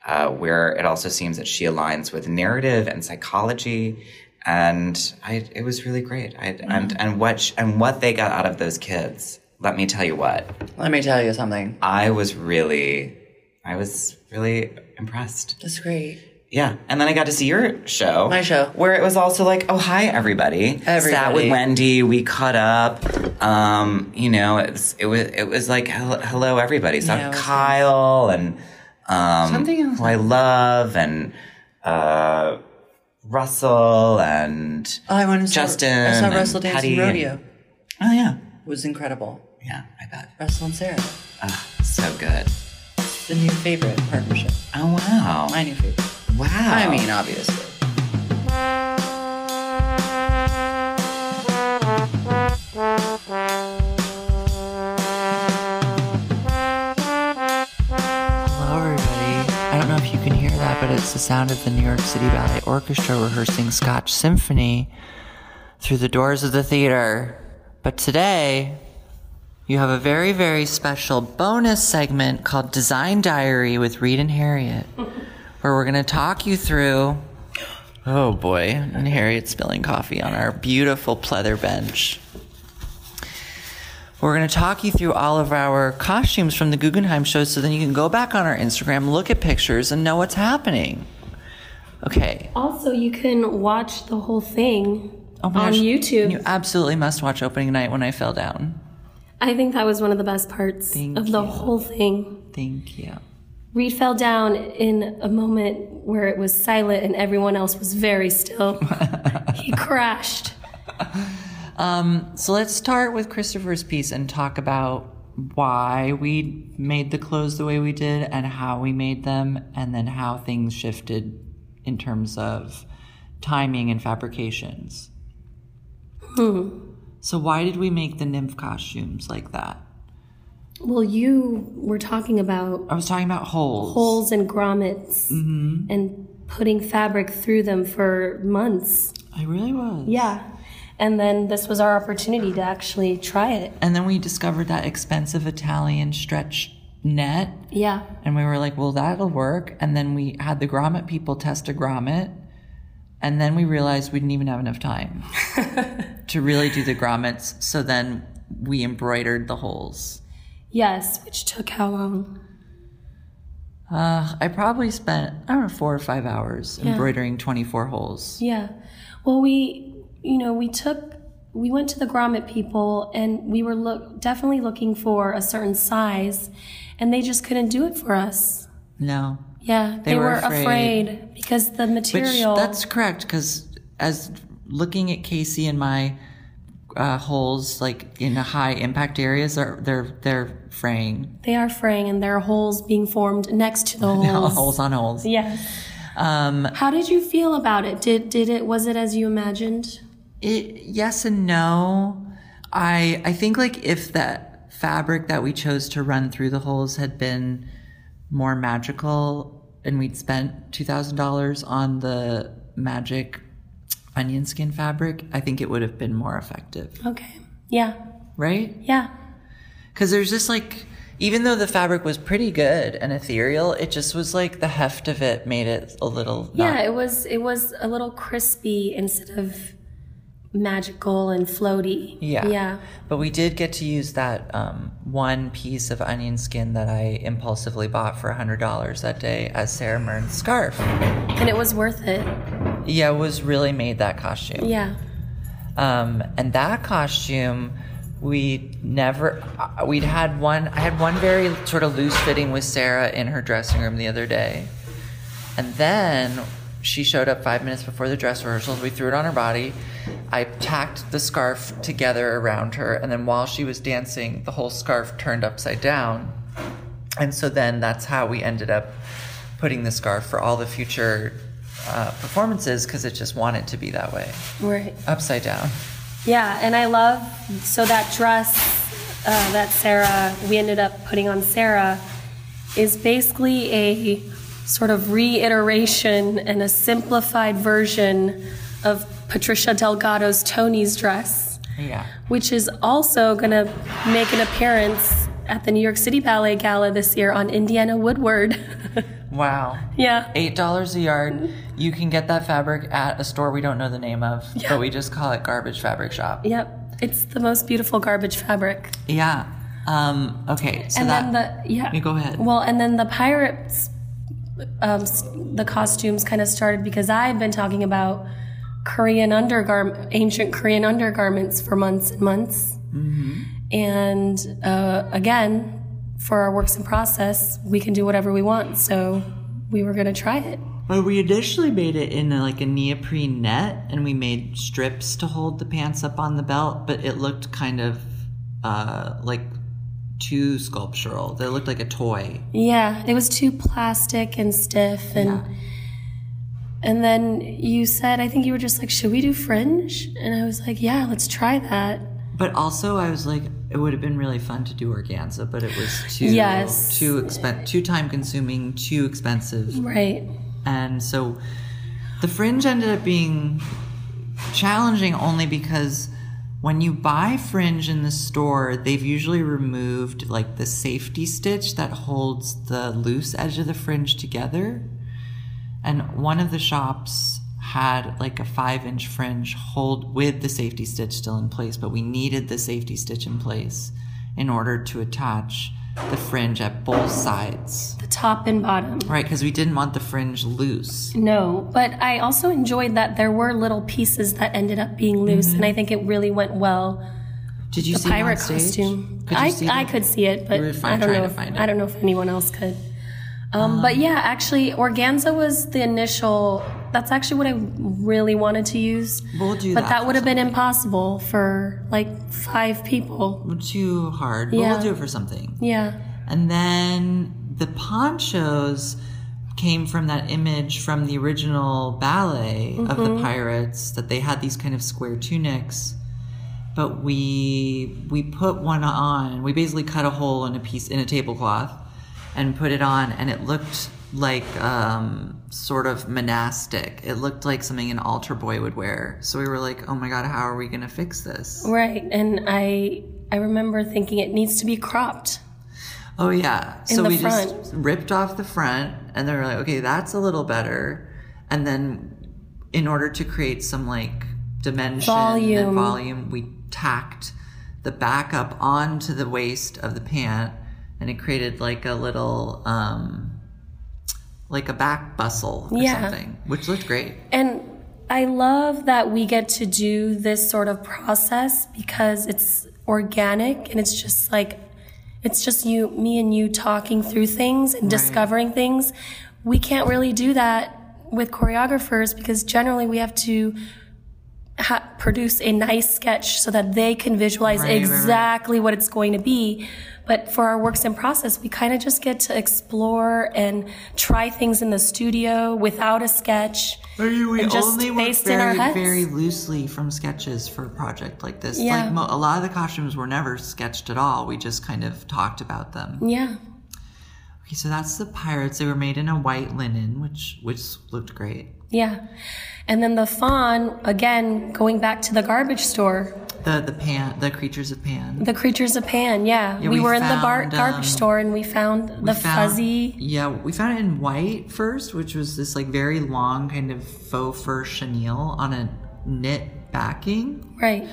A: uh, where it also seems that she aligns with narrative and psychology and I, it was really great I, and, and what sh- and what they got out of those kids let me tell you what
B: Let me tell you something.
A: I was really, I was really impressed.
B: That's great.
A: Yeah, and then I got to see your show,
B: My show.
A: where it was also like, oh hi everybody, sat with
B: Everybody.
A: Wendy, we caught up. Um, you know, it was it was, it was like hello, hello everybody. Saw
B: Yeah, it was
A: Kyle and um,
B: Something else.
A: who I love and uh, Russell and
B: I went and saw-
A: Justin,
B: I saw
A: and
B: Russell dance in
A: Patty
B: rodeo.
A: and-
B: Oh yeah, it was incredible. Yeah, I bet. Russell and Sarah,
A: Ah, so good.
B: the new favorite partnership.
A: Oh wow.
B: My new favorite.
A: Wow.
B: I mean, obviously. Hello, everybody. I don't know if you can hear that, but it's the sound of the New York City Ballet Orchestra rehearsing Scotch Symphony through the doors of the theater. But today, you have a very, very special bonus segment called Design Diary with Reed and Harriet, where we're going to talk you through. Oh boy, and Harriet's spilling coffee on our beautiful pleather bench. We're going to talk you through all of our costumes from the Guggenheim show so then you can go back on our Instagram, look at pictures, and know what's happening. Okay. Oh
L: Also, you can watch the whole thing on YouTube.
B: You absolutely must watch opening night when I fell down.
L: I think that was one of the best parts of the whole thing.
B: Thank you.
L: Reed fell down in a moment where it was silent and everyone else was very still. he crashed.
B: Um, so let's start with Christopher's piece and talk about why we made the clothes the way we did and how we made them, and then how things shifted in terms of timing and fabrications.
L: Hmm.
B: So, why did we make the nymph costumes like that?
L: Well, you were talking about
B: I was talking about holes.
L: holes and grommets
B: Mhm.
L: and putting fabric through them for months.
B: I really was.
L: Yeah. And then this was our opportunity to actually try it.
B: And then we discovered that expensive Italian stretch net
L: Yeah.
B: And we were like, well, that'll work. And then we had the grommet people test a grommet. And then we realized we didn't even have enough time to really do the grommets. So then we embroidered the holes.
L: Yes, which took how long?
B: Uh, I probably spent, I don't know, four or five hours
L: Yeah.
B: embroidering 24 holes.
L: Yeah. Well, we, you know, we took, we went to the grommet people and we were look, definitely looking for a certain size and they just couldn't do it for us.
B: No.
L: Yeah.
B: They were afraid.
L: because the
B: Which
L: material.
B: that's correct because as looking at Casey and my uh, holes like in the high impact areas, they're they're they're fraying
L: they are fraying and there are holes being formed next to the holes.
B: holes on holes.
L: Yeah.
B: Um,
L: How did you feel about it? Did did it was it as you imagined?
B: It, yes and no. I I think like if that fabric that we chose to run through the holes had been more magical and we'd spent $2000 on the magic onion skin fabric, I think it would have been more effective,
L: Okay. Yeah.
B: right?
L: Yeah.
B: Cuz there's just like even though the fabric was pretty good and ethereal, it just was like the heft of it made it a little
L: Yeah, it was it was a little crispy instead of magical and floaty.
B: Yeah.
L: Yeah.
B: But we did get to use that um, one piece of onion skin that I impulsively bought for $100 that day as Sarah Mern's scarf.
L: And it was worth it.
B: Yeah, it was really made that costume.
L: Yeah.
B: Um, and that costume, we never, uh, we'd had one, I had one very sort of loose fitting with Sarah in her dressing room the other day. And then she showed up five minutes before the dress rehearsals. We threw it on her body. I tacked the scarf together around her. And then while she was dancing, the whole scarf turned upside down. And so then that's how we ended up putting the scarf for all the future uh, performances because it just wanted to be that way
L: Right.
B: upside down.
L: Yeah, and I love so that dress uh, that Sarah we ended up putting on Sarah is basically a sort of reiteration and a simplified version of Patricia Delgado's Tony's dress,
B: Yeah.
L: which is also going to make an appearance at the New York City Ballet Gala this year on Indiana Woodward.
B: Wow.
L: Yeah.
B: Eight dollars a yard. You can get that fabric at a store we don't know the name of, but we just call it Garbage Fabric Shop.
L: yep, it's the most beautiful garbage fabric.
B: Yeah. Um, okay. So
L: and
B: that.
L: then the yeah.
B: You go ahead.
L: Well, and then the pirates, um, s- the costumes kind of started because I've been talking about Korean undergarment, ancient Korean undergarments for months and months.
B: Mm-hmm.
L: And uh, again, for our works in process, we can do whatever we want. So we were going to try it.
B: Well, we initially made it in a, like a neoprene net, and we made strips to hold the pants up on the belt, but it looked kind of uh, like too sculptural. They looked like a toy.
L: Yeah, it was too plastic and stiff and and then you said I think you were just like, "Should we do fringe?" And I was like, "Yeah, let's try that."
B: But also, I was like, it would have been really fun to do organza, but it was too
L: Yes.
B: too expen- too time consuming, too expensive.
L: Right.
B: And so the fringe ended up being challenging only because when you buy fringe in the store, they've usually removed like the safety stitch that holds the loose edge of the fringe together. And one of the shops had like a five inch fringe hold with the safety stitch still in place, but we needed the safety stitch in place in order to attach the fringe at both sides.
L: The top and bottom.
B: Right, because we didn't want the fringe loose.
L: No, but I also enjoyed that there were little pieces that ended up being loose, and I think it really went well.
B: Mm-hmm. Did you
L: the
B: see it on
L: pirate
B: stage?
L: costume?
B: Could you
L: I
B: see
L: I
B: them?
L: could see it, but
B: We were fi-
L: I don't
B: trying
L: know.
B: to
L: If,
B: find
L: I don't know if anyone else could. Um, but yeah, actually, organza was the initial. That's actually what I really wanted to use.
B: We'll do
L: but
B: that
L: that,
B: for
L: would have been impossible for like five people.
B: Too hard, but
L: Yeah.
B: we'll do it for something.
L: Yeah.
B: And then the ponchos came from that image from the original ballet of the
L: Mhm.
B: pirates that they had these kind of square tunics. But we we put one on. We basically cut a hole in a piece in a tablecloth and put it on, and it looked like um, sort of monastic. It looked like something an altar boy would wear. So we were like, "Oh my god, how are we gonna fix this?"
L: Right, and I I remember thinking it needs to be cropped.
B: Oh yeah.
L: In
B: so
L: the
B: we just ripped off the front and they were like, okay, that's a little better. And then in order to create some like dimension
L: Volume.
B: and volume, we tacked the back up onto the waist of the pant and it created like a little um like a back bustle or
L: Yeah.
B: something. Which looked great.
L: And I love that we get to do this sort of process because it's organic and it's just like it's just you me and you talking through things and discovering things. We can't really do that with choreographers because generally we have to ha- produce a nice sketch so that they can visualize
B: Right, right, right.
L: exactly what it's going to be. But for our works in process, we kind of just get to explore and try things in the studio without a sketch.
B: We
L: and just
B: only work
L: based
B: very,
L: in our heads.
B: very loosely from sketches for a project like this.
L: Yeah.
B: Like mo- a lot of the costumes were never sketched at all. We just kind of talked about them.
L: yeah.
B: Okay, so that's the pirates. They were made in a white linen, which which looked great.
L: Yeah. And then the fawn, again, going back to the garbage store,
B: The the pan, the creatures of pan.
L: the creatures of Pan. Yeah.
B: Yeah,
L: we,
B: we
L: were in the bar-
B: found,
L: garbage
B: um,
L: store and we found
B: We
L: the
B: found-
L: fuzzy.
B: Yeah, we found it in white first, which was this like very long kind of faux fur chenille on a knit backing.
L: Right.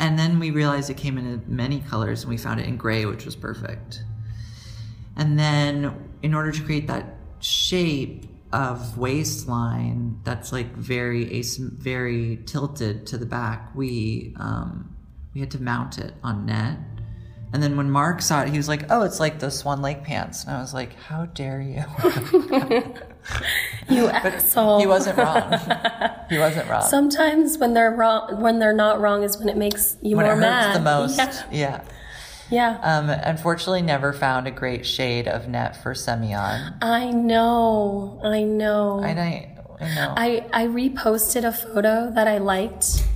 B: And then we realized it came in many colors and we found it in gray, which was perfect. And then in order to create that shape of waistline that's like very asym- very tilted to the back, we um, we had to mount it on net. And then when Mark saw it, he was like, "Oh, it's like those Swan Lake pants." And I was like, "How dare you?"
L: You asshole.
B: He wasn't wrong. he wasn't wrong.
L: Sometimes when they're wrong, when they're not wrong, is when it makes you
B: when
L: more
B: it
L: mad.
B: hurts the most,
L: Yeah.
B: yeah.
L: Yeah.
B: Um, unfortunately, never found a great shade of net for Semyon.
L: I know. I know.
B: And I, I know.
L: Oh. I, I reposted a photo that I liked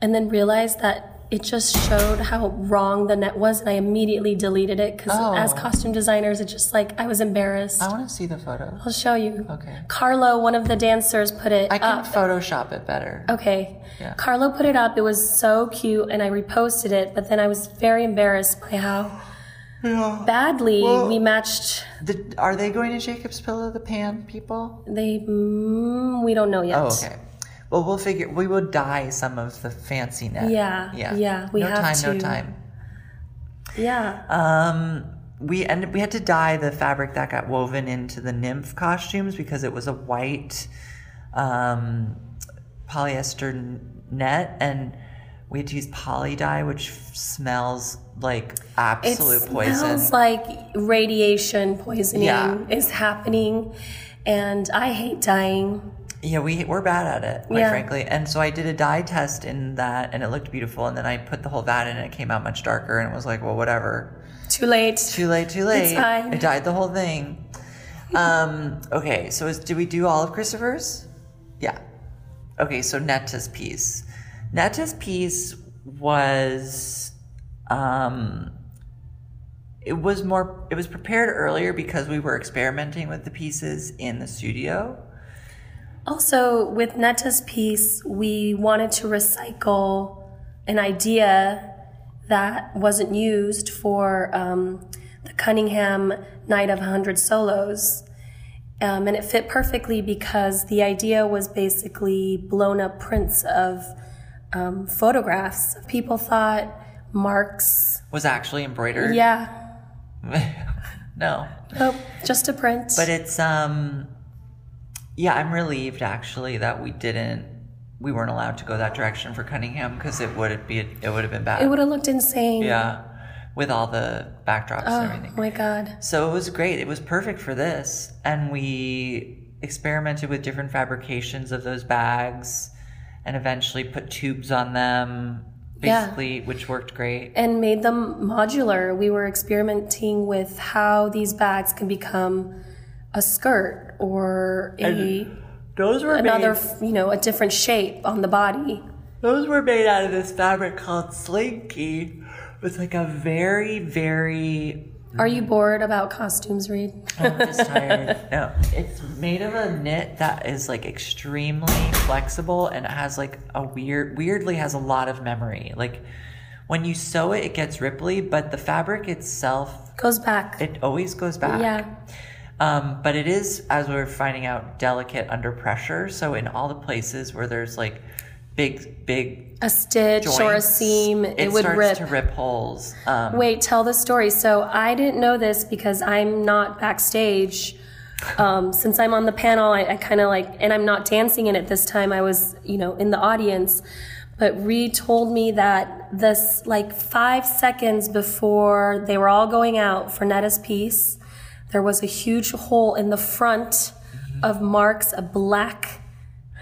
L: and then realized that it just showed how wrong the net was and I immediately deleted it because
B: Oh.
L: as costume designers it just like I was embarrassed.
B: I want to see the photo.
L: I'll show you.
B: Okay.
L: Carlo, one of the dancers, put it
B: I can
L: up.
B: Photoshop it better.
L: Okay.
B: Yeah.
L: Carlo put it up. It was so cute, and I reposted it. But then I was very embarrassed by how badly
B: Well-
L: we matched.
B: The, are they going to Jacob's Pillow, the pan people?
L: They, mm, we don't know yet.
B: Oh, okay. Well, we'll figure. We will dye some of the fancy net.
L: Yeah, yeah, we
B: no
L: have
B: time.
L: to.
B: No time.
L: Yeah.
B: Um, we ended. We had to dye the fabric that got woven into the nymph costumes because it was a white um, polyester n- net, and we had to use poly dye, which f- smells like absolute
L: it
B: poison.
L: smells like radiation poisoning
B: Yeah.
L: is happening, and I hate dying.
B: Yeah, we we're bad at it, quite
L: Yeah.
B: frankly. And so I did a dye test in that, and it looked beautiful. And then I put the whole vat in, and it came out much darker. And it was like, well, whatever.
L: Too late. Too
B: late. Too
L: It's
B: late.
L: fine.
B: I dyed the whole thing. Um, okay, so is, did we do all of Christopher's? Yeah. Okay, so Netta's piece. Netta's piece was, um, it was more. It was prepared earlier because we were experimenting with the pieces in the studio.
L: Also, with Netta's piece, we wanted to recycle an idea that wasn't used for um, the Cunningham Night of 100 Solos. Um, and it fit perfectly because the idea was basically blown up prints of um, photographs. People thought marks.
B: Was actually embroidered.
L: Yeah.
B: No.
L: Nope. Just a print.
B: But it's um yeah, I'm relieved actually that we didn't we weren't allowed to go that direction for Cunningham because it would be it would have been bad.
L: It would have looked insane.
B: Yeah. With all the backdrops and
L: Oh
B: everything.
L: my god.
B: So it was great. It was perfect for this. And we experimented with different fabrications of those bags and eventually put tubes on them
L: Yeah.
B: basically which worked great.
L: and made them modular. We were experimenting with how these bags can become a skirt or a
B: those were
L: another,
B: made-
L: f- you know, a different shape on the body.
B: Those were made out of this fabric called slinky. It's like a very very
L: Are you bored about costumes, Reed?
B: I'm just tired. No, it's made of a knit that is like extremely flexible and it has like a weird, weirdly has a lot of memory. Like when you sew it, it gets ripply, but the fabric itself
L: goes back.
B: It always goes back.
L: Yeah.
B: Um, but it is, as we're finding out, delicate under pressure. So in all the places where there's like big, big
L: A stitch or a
B: joints,
L: seam, it, would
B: starts
L: rip.
B: to rip holes. Um,
L: Wait, tell the story. So I didn't know this because I'm not backstage. Um, since I'm on the panel, I, I kind of like, and I'm not dancing in it this time. I was, you know, in the audience. But Reed told me that this, like five seconds before they were all going out for Netta's piece, there was a huge hole in the front of Mark's a black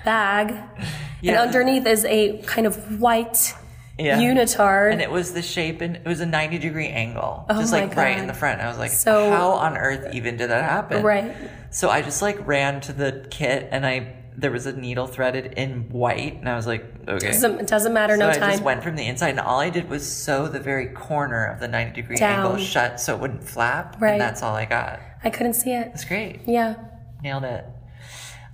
L: bag, and
B: Yeah.
L: underneath is a kind of white
B: Yeah.
L: unitard.
B: And it was the shape, and it was a 90 degree angle,
L: Oh
B: just
L: my
B: like right
L: God.
B: in the front. I was like,
L: So-
B: how on earth even did that happen?
L: Right.
B: So I just like ran to the kit, and I there was a needle threaded in white, and I was like, okay.
L: Doesn't- it doesn't matter, no
B: so I just
L: time.
B: went from the inside, and all I did was sew the very corner of the 90 degree
L: Down.
B: angle shut so it wouldn't flap,
L: Right.
B: and that's all I got.
L: I couldn't see it.
B: That's great.
L: Yeah.
B: Nailed it.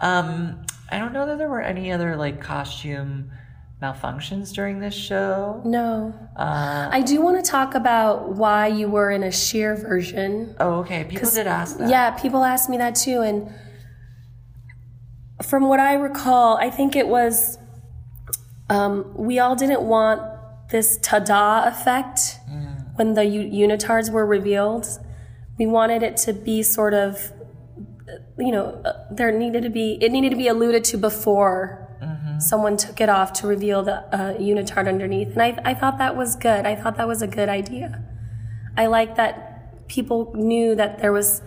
B: Um, I don't know that there were any other like costume malfunctions during this show.
L: No.
B: Uh,
L: I do want to talk about why you were in a sheer version.
B: Oh, okay. People did ask that.
L: Yeah, people asked me that too. And from what I recall, I think it was um, we all didn't want this ta da effect
B: Mm.
L: when the u- unitards were revealed. We wanted it to be sort of, you know, uh, there needed to be, it needed to be alluded to before
B: Mm-hmm.
L: someone took it off to reveal the uh, unitard underneath. And I, I thought that was good. I thought that was a good idea. I like that people knew that there was,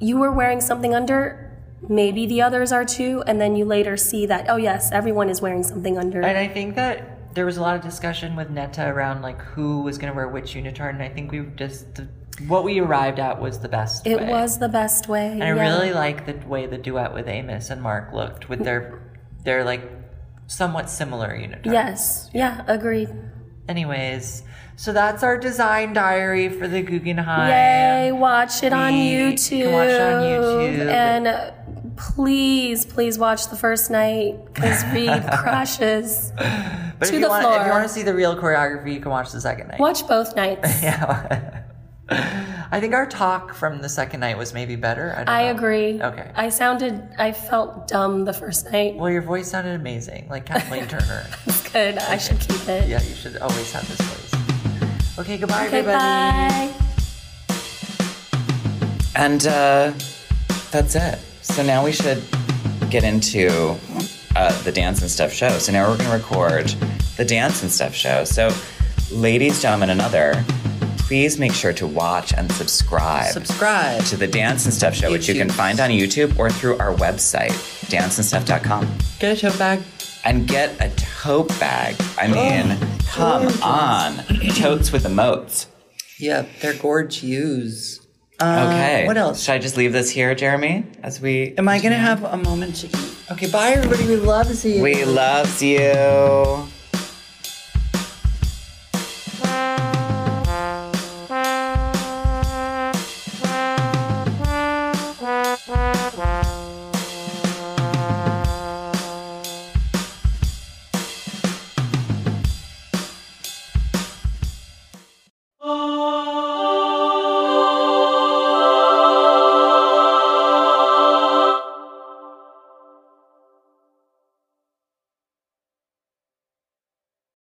L: you were wearing something under, maybe the others are too, and then you later see that, oh yes, everyone is wearing something under.
B: And I think that there was a lot of discussion with Netta around like who was going to wear which unitard, and I think we just the, what we arrived at was the best.
L: it
B: way.
L: was the best way.
B: and I really like the way the duet with Amos and Mark looked with their their like somewhat similar unitards.
L: Yes, yeah, agreed.
B: Anyways, so that's our design diary for the Guggenheim.
L: Yay, watch it on
B: We can
L: YouTube.
B: watch it on YouTube.
L: And uh, please, please watch the first night because Reed crashes.
B: But
L: to
B: if you
L: the
B: want, if you
L: floor.
B: want to see the real choreography, you can watch the second night.
L: Watch both nights.
B: I think our talk from the second night was maybe better. I, don't
L: I
B: know.
L: agree.
B: Okay.
L: I sounded, I felt dumb the first night.
B: Well, your voice sounded amazing, like Kathleen Turner.
L: It's good. I should keep it.
B: Yeah, you should always have this voice. Okay, goodbye,
L: Okay,
B: everybody.
L: bye.
A: And uh, that's it. So now we should get into uh, the dance and stuff show. So now we're going to record the dance and stuff show. So, ladies, gentlemen, another, please make sure to watch and subscribe.
B: Subscribe.
A: To the Dance and Stuff Show, which you can find on YouTube or through our website, danceandstuff.com.
B: Get a tote bag.
A: And get a tote bag. I
B: Oh.
A: mean, come
B: gorgeous.
A: on. Totes with emotes.
B: Yeah, they're gorge use.
A: Okay.
B: Uh, What else?
A: Should I just leave this here, Jeremy? As we
B: Am I gonna have a moment to eat? Okay, bye everybody. We love you.
A: We loves you.